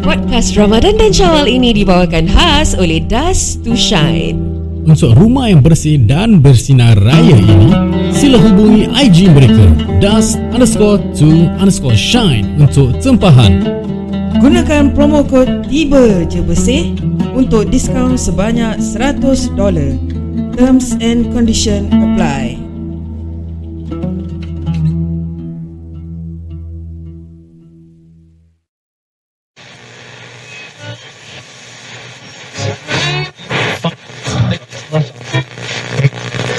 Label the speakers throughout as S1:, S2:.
S1: Podcast Ramadan dan Syawal ini dibawakan khas oleh Dust to Shine.
S2: Untuk rumah yang bersih dan bersinar raya ini, sila hubungi IG mereka dust underscore to underscore shine untuk tempahan.
S3: Gunakan promo kod tiba je bersih untuk diskaun sebanyak $100. Terms and condition apply.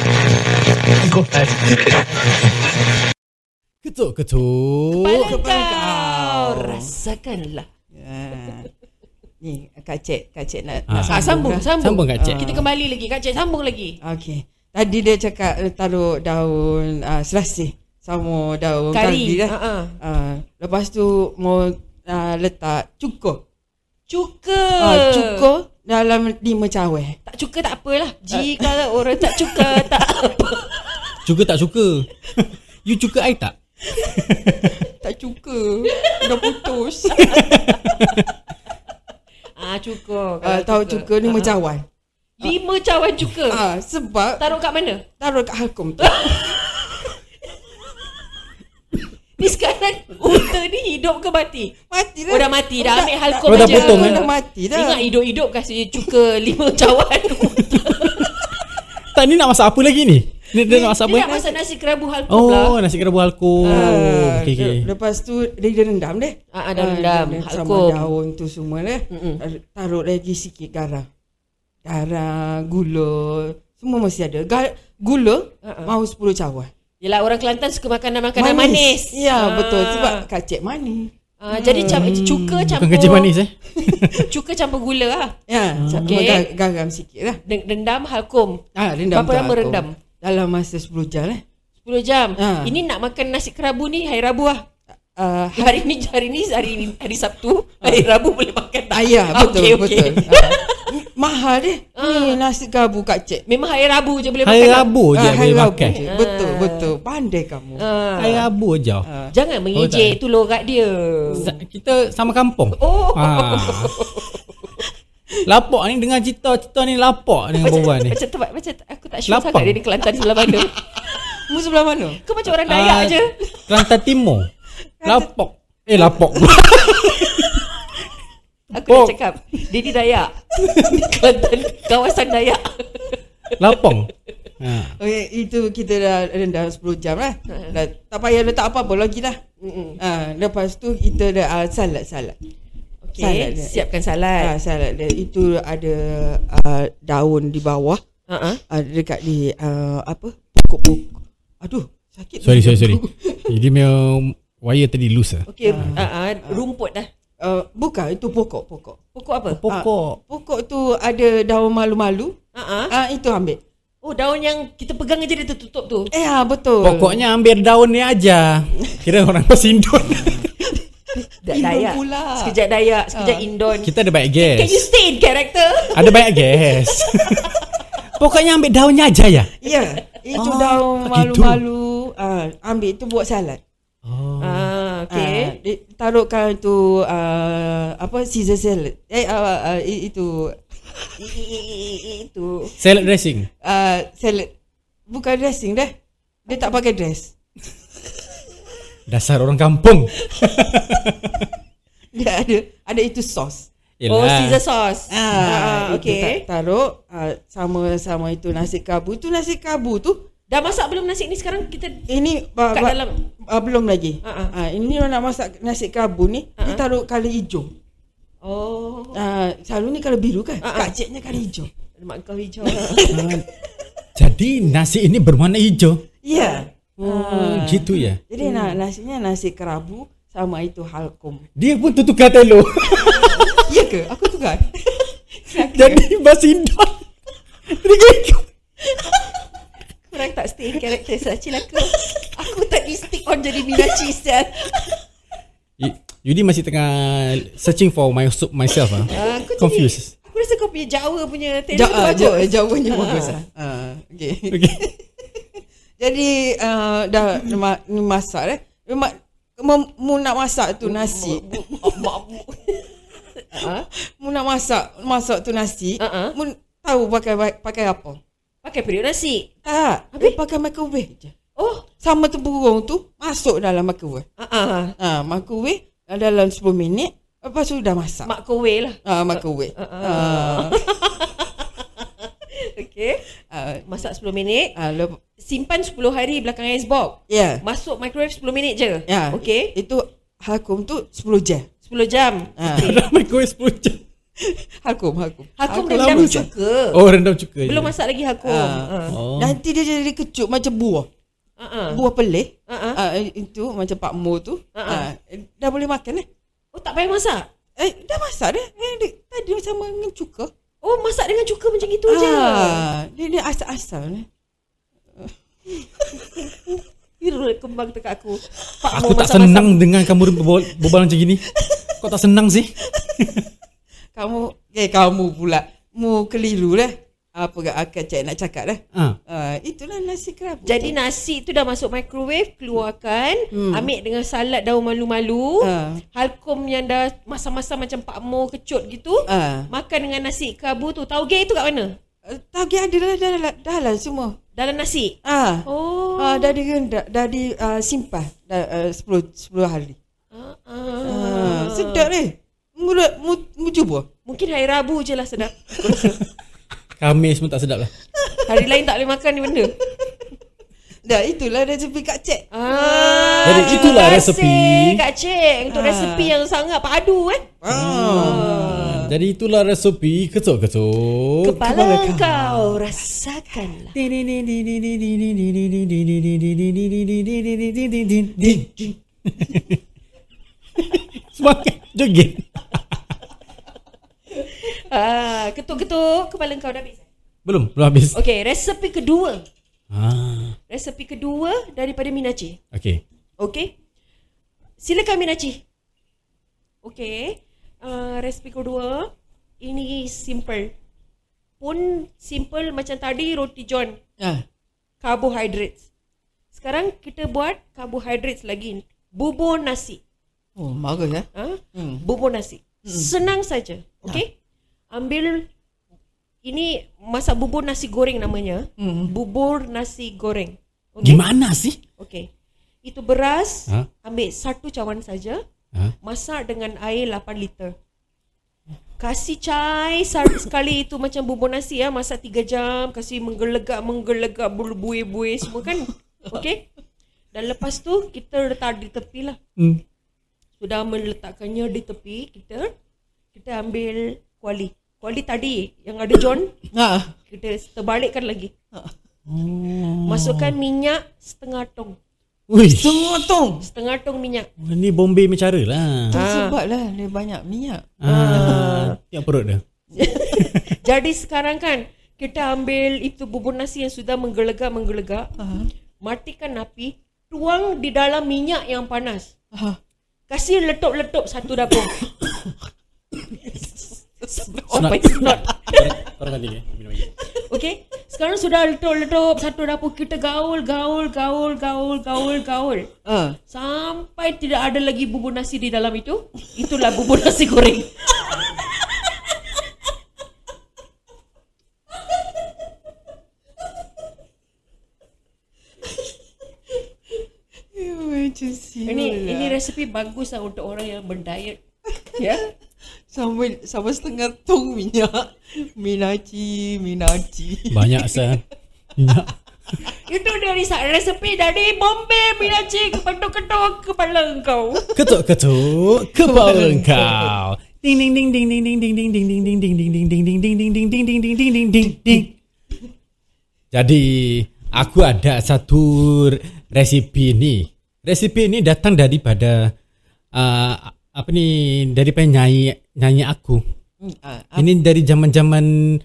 S1: Oh,
S2: Ketuk-ketuk.
S3: Kepala kau.
S1: Rasakanlah.
S3: Ya. Ni Kak Cik, Kak Cik nak,
S2: Ah.
S1: Ah,
S3: nak
S1: sambung,
S3: sambung.
S1: sambung.
S2: Sambung, Kak Cik.
S1: Kita kembali lagi. Kak Cik, sambung lagi.
S3: Okey. Tadi dia cakap eh, taruh daun uh, selasih sama daun
S1: Kari. Ah,
S3: kari, dah.
S1: Ha-ha.
S3: Uh, lepas tu mau uh, letak cukur.
S1: Ah, Cuka.
S3: Uh, cukur dalam lima cawer.
S1: Tak cuka tak apalah. Jika orang tak cuka tak apa.
S2: Cuka tak cuka? you cuka I tak?
S3: Tak cukur. Dah putus.
S1: Ah, cuka. Ah,
S3: uh, tahu cukur ni mencawan.
S1: Lima cawan cuka.
S3: Ah sebab
S1: Taruh kat mana?
S3: taruh kat halkom tu.
S1: Ni sekarang unta ni hidup ke mati?
S3: Mati lah. dah.
S1: Oh dah mati dah ambil halkom
S2: Oh, dah
S1: aja.
S2: potong, eh?
S3: Dah mati dah.
S1: Ingat hidup-hidup kasi cuka lima cawan.
S2: Tak ni nak masak apa lagi ni? Ni dia nak masak apa?
S1: Dia nak
S2: eh?
S1: masak nasi kerabu halkom
S2: Oh,
S1: lah.
S2: nasi kerabu halko.
S3: Ah,
S2: Oh, Okey okey.
S3: le- Lepas tu dia, dia rendam deh.
S1: Ah, ah, dah rendam.
S3: dia Sama
S1: Halkum.
S3: daun tu semua deh.
S1: Mm-mm.
S3: Tar- Taruh lagi sikit garam. Garam, gula, semua mesti ada. Gar, gula
S1: Ah, ah.
S3: mau 10 cawan.
S1: Yelah orang Kelantan suka makanan-makanan manis.
S3: Ya,
S1: Ah.
S3: betul. Sebab Hmm. Kak Cik manis.
S1: ah, jadi cam, cuka
S2: Bukan
S1: campur
S2: kerja manis eh.
S1: Cuka campur gula lah.
S3: Ya, sama
S1: Okey.
S3: gar- garam sikit lah.
S1: Den- Dendam halkom.
S3: Ah, rendam
S1: Berapa
S3: tu
S1: lama
S3: aku.
S1: rendam?
S3: Dalam masa 10 jam eh.
S1: 10 jam.
S3: Ah.
S1: Ini nak makan nasi kerabu ni hari Rabu lah.
S3: Uh,
S1: Hari ni hari ni hari ni hari Sabtu, hari Rabu boleh makan tak?
S3: ah, ya,
S1: Ah, okey,
S3: betul,
S1: okey.
S3: betul.
S1: Ah.
S3: Ah. mahal dia. Ni nasi gabu Kak Cik.
S1: Memang hari Rabu je boleh makan.
S2: Hari
S1: tak?
S2: Rabu je
S3: Ah,
S2: boleh
S3: Rabu
S2: Oh, makan.
S3: je. Betul, betul. Pandai kamu.
S1: Ah.
S2: Hari Rabu je.
S3: Ah.
S1: Jangan
S2: Oh,
S1: mengejek tu lorat dia.
S2: Sa- Kita sama kampung.
S1: Oh.
S2: Ha. Lapok ni dengan cita-cita ni lapok dengan perempuan ni.
S1: Macam tempat macam aku tak sure
S2: Lapang.
S1: sangat dia ni Kelantan sebelah mana.
S3: Kamu sebelah mana?
S1: Kau macam orang Dayak
S2: Ah,
S1: je.
S2: Kelantan Timur. Lapok. Eh lapok.
S1: Aku
S2: Pok.
S1: dah cakap dia ni Dayak. Di Kelantan kawasan Dayak.
S2: Lapong. Ha.
S3: Okey, Oh, ya, itu kita dah rendam 10 jam lah. Dah, tak payah letak apa-apa lagi lah.
S1: Ah. Mm-mm.
S3: Ha, lepas tu kita dah uh, salad salad.
S1: Okey,
S3: Salad dia.
S1: siapkan salad.
S3: Ha, salad dia itu ada uh, daun di bawah,
S1: Ha ah.
S3: ada dekat di uh, apa? Pokok-pokok. Aduh, sakit.
S2: Sorry sorry sorry. Jadi memang wire tadi loose lah.
S1: Okey, ha ah rumput dah.
S3: Uh, bukan itu pokok-pokok.
S1: Pokok apa?
S2: Pokok.
S3: Pokok tu ada daun malu-malu.
S1: Ha ah.
S3: Ah ha, itu ambil.
S1: Oh, daun yang kita pegang aja dia tertutup tu.
S3: Eh ha, betul.
S2: Ah. Pokoknya ambil daun ni aja. Kira orang Pasindun.
S1: Dah
S3: Indon
S1: Dayak.
S3: pula.
S1: Sekejap Dayak, sekejap Indon.
S2: Kita ada banyak
S1: Can you
S2: gas.
S1: stay in character?
S2: Ada banyak gas. Pokoknya ambil daunnya aja ya.
S3: Ya, itu
S1: Oh.
S2: Ah,
S3: daun
S2: gitu.
S3: malu-malu. Ah ha, ambil tu buat salad.
S2: Oh.
S1: Ah,
S3: Okay.
S1: okey.
S3: Uh, taruhkan tu uh, apa Caesar salad. Eh uh, uh, i- itu i- i- i- i- i- itu
S2: Salad dressing.
S3: uh, salad. Bukan dressing dah. Dia tak pakai dress.
S2: Dasar orang kampung.
S3: Dia ada ada itu sos.
S1: Oh, Caesar sauce.
S3: Ah,
S1: Ah,
S3: itu
S1: okey.
S3: tak Taruh uh, sama sama itu nasi kabu. Itu nasi kabu tu
S1: Dah masak belum nasi ni sekarang kita
S3: ini ba-
S1: Kat
S3: ba-
S1: dalam.
S3: ah, belum lagi.
S1: Ah, ah.
S3: Ah, ini orang nak masak nasi kabu ni, dia taruh kala hijau.
S1: Oh,
S3: Ah, selalu ni kala biru kan?
S1: Ah, ah.
S3: Kak Cik ni kala hijau.
S1: lemak kau hijau.
S2: Ah, Jadi nasi ini berwarna hijau.
S3: Ya. Ah.
S2: Oh, gitu ya.
S3: Jadi hmm. na- nasinya nasi kerabu sama itu halkom.
S2: Dia pun tu tukar telur.
S3: Iya Ya ke? Aku tukar.
S2: Jadi Pasindun. Dia ikut.
S1: Kurang tak stay in character saya cilaka. Aku tak di stick on jadi Mirachi sial.
S2: Y- Yudi masih tengah searching for my soup myself ah.
S1: Aku
S2: Confused. ah,
S1: Jadi, aku rasa kau punya Jawa punya
S3: Ja,
S1: tailor tu
S3: uh,
S1: bagus.
S3: ja, jawanya bagus lah. Uh, okay.
S2: Okay.
S3: ah, Jadi uh, dah ma- ni masak eh. Memang Mem- mu nak masak tu nasi.
S1: Mabuk. ha?
S3: Mu nak masak, masak tu nasi.
S1: Ha-ha.
S3: Mu tahu pakai pakai apa?
S1: Pakai periuk nasi.
S3: Tak. Habis? Dia pakai microwave je.
S1: Oh.
S3: Sama tu burung tu masuk dalam microwave.
S1: Ha ah.
S3: Ha, microwave dalam 10 minit. Lepas tu dah masak.
S1: Mak kowe lah.
S3: Ah, microwave.
S1: Ah, ah.
S3: Ah,
S1: Okey.
S3: ah,
S1: Masak 10 minit.
S3: ah, lep-
S1: Simpan 10 hari belakang icebox.
S3: Ya.
S1: Masuk microwave 10 minit je.
S3: Ya.
S1: Okey.
S3: Itu halkum tu 10 jam.
S1: 10 jam.
S2: Ha.
S3: Ah.
S2: Ramai kuih 10 jam
S3: Halkum, halkum.
S1: Hakum
S2: Aku
S1: rendam
S2: lama je.
S1: cuka.
S2: Oh rendam cuka
S1: Belum
S2: je.
S1: masak lagi hakum.
S3: Ah.
S1: Ha.
S2: Oh.
S3: Nanti dia jadi kecut macam buah.
S1: Ha. ah.
S3: Buah pelih.
S1: Ha. ah.
S3: Ah, itu macam Pak Mo tu.
S1: Ah,
S3: Ah, dah boleh makan eh?
S1: Oh tak payah masak.
S3: Eh, dah masak dah. Eh, dia, tadi sama dengan cuka.
S1: Oh masak dengan cuka macam itu je.
S2: Ha.
S3: Ah, dia, dia asal-asal ni.
S1: Kira kembang dekat aku. Pak Mo
S2: Aku tak
S1: masak-masak.
S2: senang dengan kamu berbol- berbual macam gini Kau tak senang sih
S3: Kamu, eh kamu pula. Mu keliru lah. Apa gak akak cik nak cakap dah.
S2: ha.
S3: Ah, itulah nasi kerabu.
S1: Jadi nasi tu dah masuk microwave, keluarkan, hmm. ambil dengan salad daun malu-malu,
S3: Ah.
S1: halkom yang dah masa-masa macam Pak Mo kecut gitu,
S3: ah,
S1: makan dengan nasi kerabu tu. Tauge itu kat mana?
S3: uh, tauge ada lah dah, dah, dah lah semua.
S1: Dalam nasi.
S3: Ah.
S1: Oh.
S3: Ah, dah di dah, dah di ah, simpan dah, ah, 10 10 hari.
S1: Ah,
S3: Ah,
S1: ah.
S3: sedap ni. Mulut mu, mu cuba.
S1: Mungkin hari Rabu je lah sedap.
S2: Kami semua tak sedap lah
S1: Hari lain tak boleh makan ni benda.
S3: Dah itulah resepi Kak Cek.
S1: Ah,
S2: Jadi
S1: terima
S2: itulah
S1: kasih,
S2: resepi.
S1: Kak Cik untuk
S3: Ah.
S1: resepi yang sangat padu kan.
S3: Ah.
S2: ha. Jadi itulah resepi ketuk-ketuk
S1: Kepala, kau rasakanlah.
S2: Semangat joget
S1: Ah, ketuk-ketuk kepala kau dah habis.
S2: Belum, belum habis
S1: Okey, resepi kedua.
S2: ah.
S1: Resepi kedua daripada Minaci.
S2: Okay
S1: Okey. Silakan Minaci. Okey. Uh, resepi kedua ini simple. Pun simple macam tadi roti john,
S3: Ah.
S1: carbohydrates. Sekarang kita buat carbohydrates lagi. Bubur nasi.
S3: Oh, marah ya.
S1: Ha?
S3: Hmm. Ah.
S1: Bubur nasi. Senang saja. Okey. Ambil ini masak bubur nasi goreng namanya.
S3: Hmm.
S1: Bubur nasi goreng. Okey.
S2: Gimana sih?
S1: Okey. Itu beras,
S2: Ha?
S1: ambil satu cawan saja,
S2: Ha?
S1: masak dengan air 8 liter. Kasih cai sar- sekali itu macam bubur nasi ya, masak 3 jam, kasih menggelegak menggelegak berbuih-buih semua kan. Okey. Dan lepas tu kita letak di tepi lah.
S2: Hmm.
S1: Sudah meletakkannya di tepi kita kita ambil kuali. Kuali tadi yang ada John
S3: Ah.
S1: kita terbalikkan lagi. Masukkan minyak setengah tong.
S2: Wih,
S3: Semua tong.
S1: Setengah tong minyak.
S2: ni Bombay macam cara lah
S3: Tu
S1: Ah.
S3: sebablah dia banyak minyak.
S2: ah. Tiap perut dia
S1: Jadi sekarang kan kita ambil itu bubur nasi yang sudah menggelegak-menggelegak.
S3: Ah.
S1: Matikan api, tuang di dalam minyak yang panas.
S3: Ah.
S1: Kasih letup-letup satu dapur.
S2: Senat.
S1: oh, it's not.
S2: Korang tadi eh Minum air
S1: Okay Sekarang sudah letup-letup Satu dapur kita gaul Gaul Gaul Gaul Gaul Gaul
S3: Ah.
S1: Sampai tidak ada lagi bubur nasi di dalam itu Itulah bubur nasi goreng
S3: Ya, macam siul
S1: Ini
S3: lah.
S1: ini resepi bagus lah untuk orang yang berdiet
S3: ya. Sampai sampai setengah tong minyak. Minaci, minaci.
S2: Banyak sah Minyak
S1: Itu dari sa- resepi dari Bombay Minaci kepetuk-ketuk kepala engkau
S2: Ketuk-ketuk kepala engkau. Ding ding ding ding ding ding ding ding ding ding ding ding ding ding ding ding ding ding ding ding ding ding ding ding. Jadi aku ada satu resipi ni. Resipi ni datang daripada uh, apa ni daripada nyanyi nyanyi aku.
S3: Hmm, ah.
S2: Ini dari zaman-zaman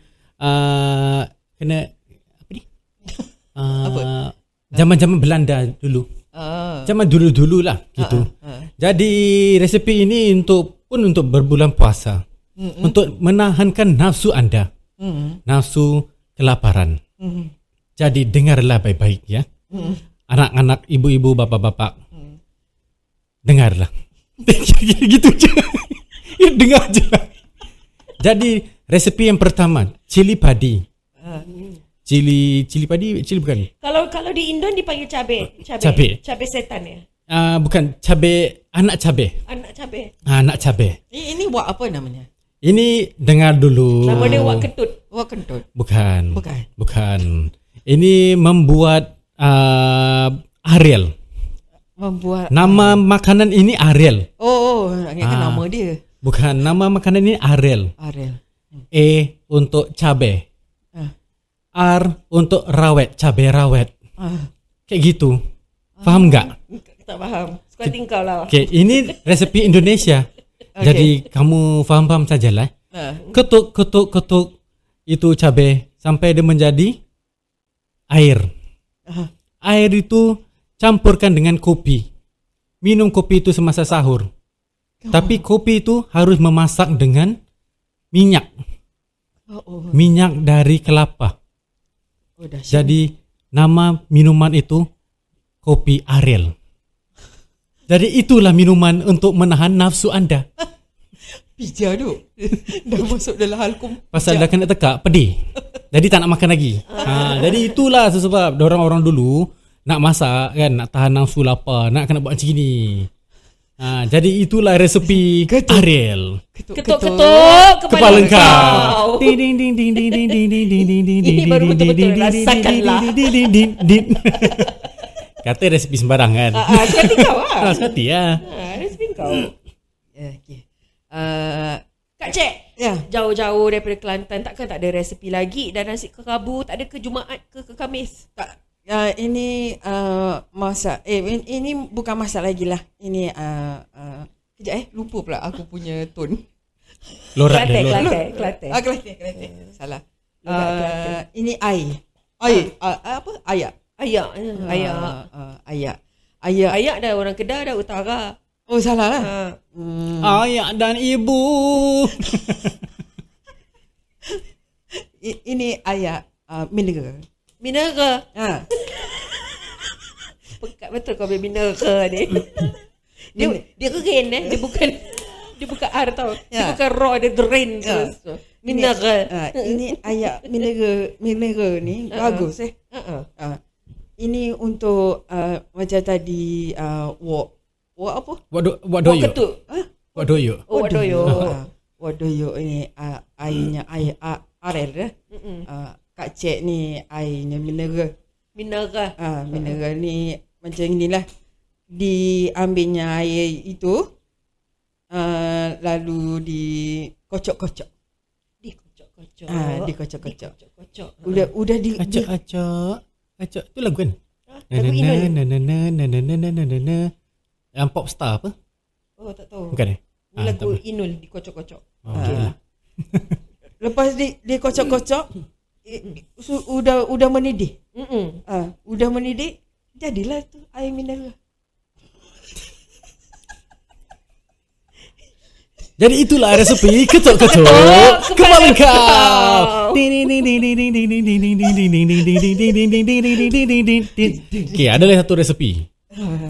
S2: uh, kena apa ni? Uh, zaman-zaman Belanda dulu.
S3: Ah.
S2: Zaman dulu-dulu lah gitu. Jadi resepi ini untuk pun untuk berbulan puasa. Mm-hmm. Untuk menahankan nafsu anda. Mm-hmm. Nafsu kelaparan. Mm-hmm. Jadi dengarlah baik-baik ya. Mm-hmm. Anak-anak, ibu-ibu, bapak-bapak. Mm. dengarlah. gitu je. Ya, dengar je. Jadi resepi yang pertama, cili padi. Cili cili padi, cili bukan.
S1: Kalau kalau di Indon dipanggil cabe, cabe,
S2: Cabai.
S1: cabe setan ya.
S2: Ah, bukan cabe anak cabe.
S1: Anak cabe.
S2: anak cabe.
S4: Ini, ini wak apa namanya?
S2: Ha, Ini dengar dulu.
S1: Nama dia wak ketut.
S4: Wak kentut.
S2: Bukan.
S4: Bukan.
S2: Bukan. Ini membuat uh, Ariel.
S4: Membuat.
S2: Nama makanan ini Ariel.
S4: Oh, oh ingatkan
S2: Ah.
S4: nama dia.
S2: Bukan nama makanan ini Ariel.
S4: Ariel.
S2: E untuk cabe.
S4: Ah.
S2: R untuk rawet, cabe rawet.
S4: Ah.
S2: Kayak gitu. Faham nggak?
S1: Tak faham. Suka tingkau lah.
S2: Okey, ini resepi Indonesia. Jadi kamu faham-faham sajalah. eh.
S4: Ah.
S2: Ketuk ketuk ketuk itu cabe sampai dia menjadi air.
S4: Ah.
S2: Air itu campurkan dengan kopi. Minum kopi itu semasa sahur. Tapi kopi itu harus memasak dengan minyak.
S4: Oh, oh,
S2: Minyak dari kelapa.
S4: oh dahsyat.
S2: Jadi nama minuman itu kopi Ariel. Jadi itulah minuman untuk menahan nafsu anda.
S4: Pijah tu. Dah masuk dalam halkum.
S2: Pasal dah kena tekak pedih. Jadi tak nak makan lagi.
S1: Ah.
S2: Ha, jadi itulah sebab orang-orang dulu nak masak kan nak tahan nafsu lapar, nak kena buat macam gini. Ha, jadi itulah resepi Ariel.
S1: Ketuk-ketuk kepala,
S2: Kepala
S1: kau.
S2: kau. Ding ding ding ding ding ding ding ding ding ding ding
S1: Ini baru betul-betul lah. rasakanlah.
S2: ding ding ding ding. Kata resepi sembarangan.
S1: Ah, suka tingkau lah.
S2: Ah, sati ya.
S1: Ah, dia suka tingkau.
S4: Ya, okey. Uh,
S1: Kak Cik,
S4: ya.
S3: Ah.
S1: jauh-jauh daripada Kelantan takkan tak ada resepi lagi dan nasi ke Rabu tak ada ke Jumaat ke ke Kamis.
S4: Tak. ya,
S3: Uh, ini uh, masa eh ini, ini bukan masa lagi lah. Ini uh, uh,
S4: Kejap eh, lupa pula aku punya tone.
S2: Lorat
S1: Kelantan,
S2: dia, lorat.
S1: Kelantan, Kelantan.
S4: Ah, Kelantan, Kelantan. Salah.
S1: Logat Kelantan.
S4: Uh,
S3: ini air.
S4: air. Uh, apa? Ayak.
S1: Ayak, ayak.
S3: Ah.
S4: Uh, ayak.
S3: Air.
S1: Ayak dah orang Kedah dah utara.
S4: Oh, salah lah.
S1: Ah.
S2: Ayah dan ibu.
S3: i- Ini air uh, mineral.
S1: Minera.
S3: Ha.
S1: Pekat betul kau punya minera ni. dia dia keren eh. Dia bukan dia bukan R tau. Dia
S3: Ya.
S1: bukan raw dia drain
S3: Ya.
S1: terus. Minera.
S3: Uh, ini air mineral mineral ni
S4: Ah,
S3: bagus eh.
S1: Uh-uh.
S3: Uh, ini untuk uh, macam tadi uh, wok. Wok apa?
S2: What do what do
S1: Wak
S2: you?
S1: Oh, ketuk.
S2: What do you?
S1: Oh, wadoyo.
S3: Ah, Wadoyo ni uh, airnya air uh, Ariel eh.
S1: Mm-mm.
S3: Uh, Kak Cik ni airnya mineral.
S1: Minera.
S3: Ah, mineral ni macam inilah. Diambilnya air itu uh, lalu dikocok-kocok.
S1: Dikocok-kocok.
S3: Ah, dikocok-kocok.
S1: Dikocok-kocok.
S3: Udah udah di, di
S2: Acak acak. Acak tu lagu kan?
S1: lagu Indon.
S2: na na na na na na na na na na. Yang pop star apa?
S1: Oh, tak tahu.
S2: Bukan eh?
S1: Ni
S2: Ah,
S1: lagu
S2: tak
S1: Inul dikocok-kocok.
S2: apa. Ah.
S3: lepas di dikocok-kocok eh, su, udah udah mendidih.
S1: Mm-mm.
S3: Ah, udah mendidih jadilah tu air mineral.
S2: Jadi itulah resepi ketuk-ketuk kepala kau. Ding, ding, ding, ding, ding, ding, ding, ding, ding, ding, ding, ding, ding, ding, ding, ding, ding, ding, ding, ding, ding, ding. Okey, ada lagi satu resepi.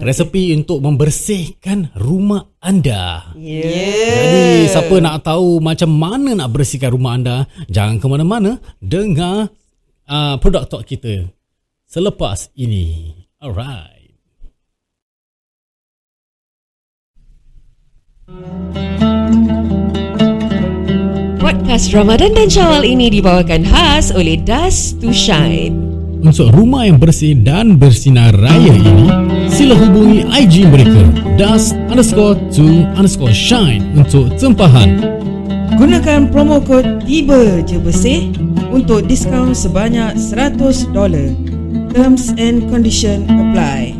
S2: Resepi untuk membersihkan rumah anda.
S3: Ya.
S2: Jadi siapa nak tahu macam mana nak bersihkan rumah anda, jangan ke mana-mana, dengar uh, produk talk kita selepas ini. Alright.
S1: Podcast Ramadan dan Syawal ini dibawakan khas oleh Dust to Shine.
S2: Untuk rumah yang bersih dan bersinar raya ini, sila hubungi IG mereka dust underscore to underscore shine untuk tempahan.
S3: Gunakan promo kod tiba je bersih untuk diskaun sebanyak $100. Terms and condition apply.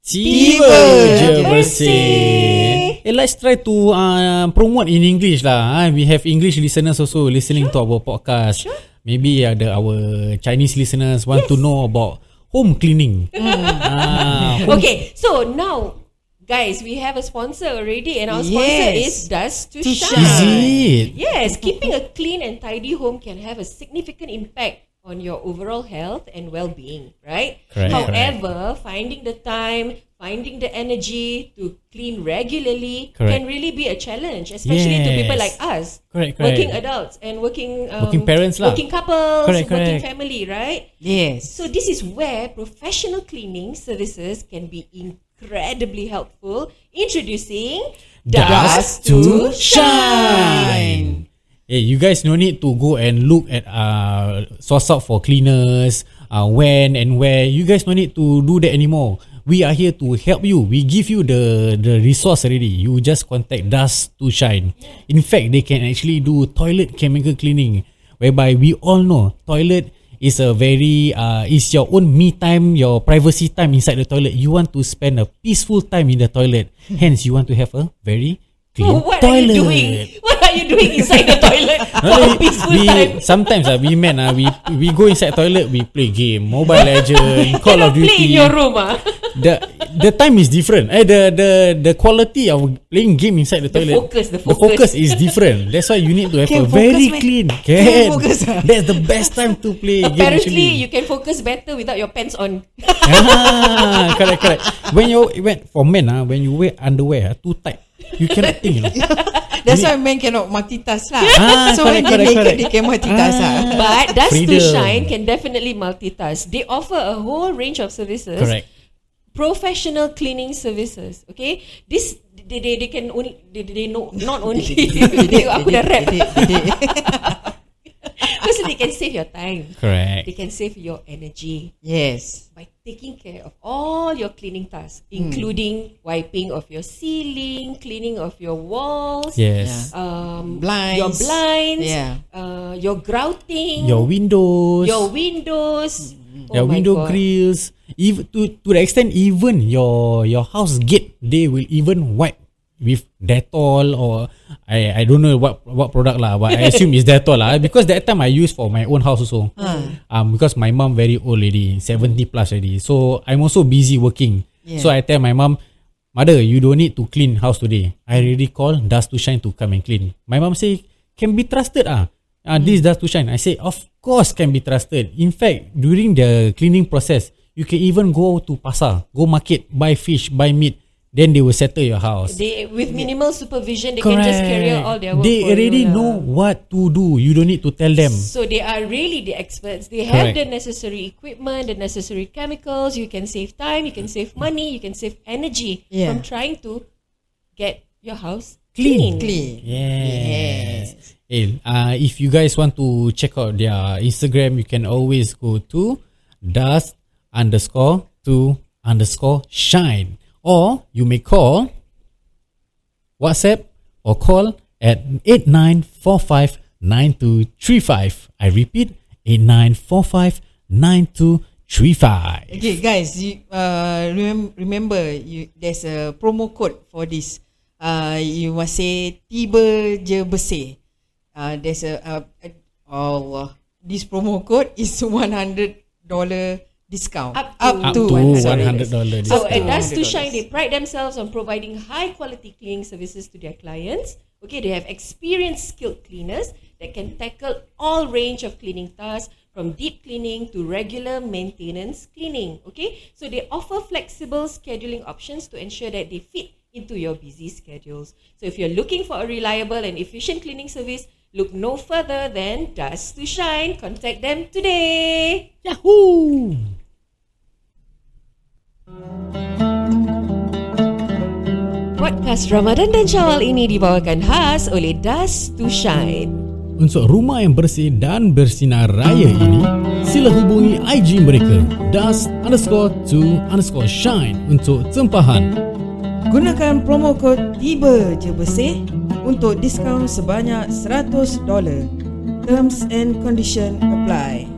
S2: Tiba je bersih. Eh, let's try to uh, promote in English lah. ah. We have English listeners also listening to our podcast. Maybe ada our Chinese listeners want to know about home cleaning. Ah,
S1: Okay, so now guys, we have a sponsor already and our sponsor
S4: Yes.
S1: is Dust to,
S4: To
S1: Shine.
S2: Is it?
S1: Yes, keeping a clean and tidy home can have a significant impact on your overall health and well-being, right?
S2: Correct,
S1: However, finding the time, finding the energy to clean regularly
S2: Correct.
S1: can really be a challenge, especially to people
S2: Yes.
S1: like us,
S2: Correct, correct.
S1: working adults and working um,
S2: Working parents lah.
S1: working couples,
S2: Correct,
S1: working
S2: correct.
S1: family, right?
S4: Yes.
S1: So this is where professional cleaning services can be incredibly helpful. Introducing
S2: Dust to shine. Hey, Eh, you guys no need to go and look at uh source out for cleaners, uh, when and where. You guys no need to do that anymore. We are here to help you. We give you the the resource already. You just contact Dust to Shine. In fact, they can actually do toilet chemical cleaning, whereby we all know toilet is a very uh is your own me time, your privacy time inside the toilet. You want to spend a peaceful time in the toilet. Hence, you want to have a very clean
S1: What are
S2: toilet.
S1: you doing? What are you doing inside the toilet for a
S2: No,
S1: peaceful
S2: we,
S1: time?
S2: Sometimes ah, we men ah, we we go inside toilet, we play game, Mobile Legend, Call
S1: Cannot
S2: of
S1: play in
S2: Duty.
S1: your room, ah.
S2: The the time is different. Eh, the the the quality of playing game inside the,
S1: The
S2: toilet.
S1: focus, the
S2: the
S1: focus.
S2: focus is different. That's why you need to have
S4: Can
S2: a
S4: focus,
S2: very
S4: mate.
S2: clean.
S4: Can
S2: Can
S4: focus, ah.
S2: That's the best time to play. game, actually.
S1: Apparently, you can focus better without your pants on.
S2: ah, correct, correct. When you when for men ah, when you wear underwear ah, too tight, you cannot think. You know.
S4: That's why men cannot multitask lah.
S2: Ah,
S4: so when
S2: correct,
S4: they
S2: correct,
S4: naked,
S2: correct.
S4: they can multitask ah.
S1: But Dust to
S2: Freedom.
S1: Shine can definitely multitask. They offer a whole range of services.
S2: Correct.
S1: Professional cleaning services. Okay, this they they, they can only they, they know not only
S4: Bedek,
S1: aku dah rap
S4: bedek, bedek.
S1: because they can save your time.
S2: Correct.
S1: They can save your energy.
S4: Yes.
S1: by taking care of all your cleaning tasks, including
S2: Hmm.
S1: wiping of your ceiling, cleaning of your walls,
S2: Yes.
S1: um,
S4: Blinds.
S1: your blinds,
S4: Yeah.
S1: uh, your grouting,
S2: Your windows.
S1: your windows, oh
S2: your
S1: my
S2: window
S1: God.
S2: grills even to to the extent even your your house gate they will even wipe with Dettol or I I don't know what what product lah but I assume it's Dettol lah because that time I use for my own house also
S1: Ah.
S2: um because my mom very old already 70 plus already so I'm also busy working
S4: Yeah.
S2: so I tell my mom mother you don't need to clean house today I already call Dust to Shine to come and clean my mom say can be trusted ah Ah,
S1: Hmm.
S2: this dust to shine. I say, of course can be trusted. In fact, during the cleaning process, you can even go to pasar, go market, buy fish, buy meat. Then they will settle your house.
S1: They with minimal supervision, they can just carry out all their work.
S2: They
S1: for
S2: already
S1: you lah.
S2: know what to do. You don't need to tell them.
S1: So they are really the experts. They have
S2: Correct.
S1: the necessary equipment, the necessary chemicals. You can save time, you can save money, you can save energy
S4: Yeah.
S1: from trying to get your house
S2: Clean.
S4: Clean.
S2: Yes. Eh, uh, if you guys want to check out their Instagram, you can always go to dust underscore to underscore shine. Or you may call WhatsApp or call at 89459235. I repeat, 89459235.
S4: Okay, guys, you, uh, remem- remember you, there's a promo code for this. Uh, you must say tiba je bersih. Uh, there's a uh, Allah. This promo code is one hundred dollar discount
S1: Up to-
S2: Up to $100.
S1: So
S2: Up to
S1: at Dust to
S4: $100.
S1: Shine, they pride themselves on providing high quality cleaning services to their clients. Okay, they have experienced skilled cleaners that can tackle all range of cleaning tasks from deep cleaning to regular maintenance cleaning. Okay, so they offer flexible scheduling options to ensure that they fit into your busy schedules. So if you're looking for a reliable and efficient cleaning service, look no further than Dust to Shine. Contact them today.
S2: Yahoo!
S1: Podcast Ramadan dan Syawal ini dibawakan khas oleh Dust to Shine.
S2: Untuk rumah yang bersih dan bersinar raya ini, sila hubungi IG mereka dust underscore to underscore shine untuk tempahan.
S3: Gunakan promo kod tiba je bersih untuk diskaun sebanyak $100. Terms and condition apply.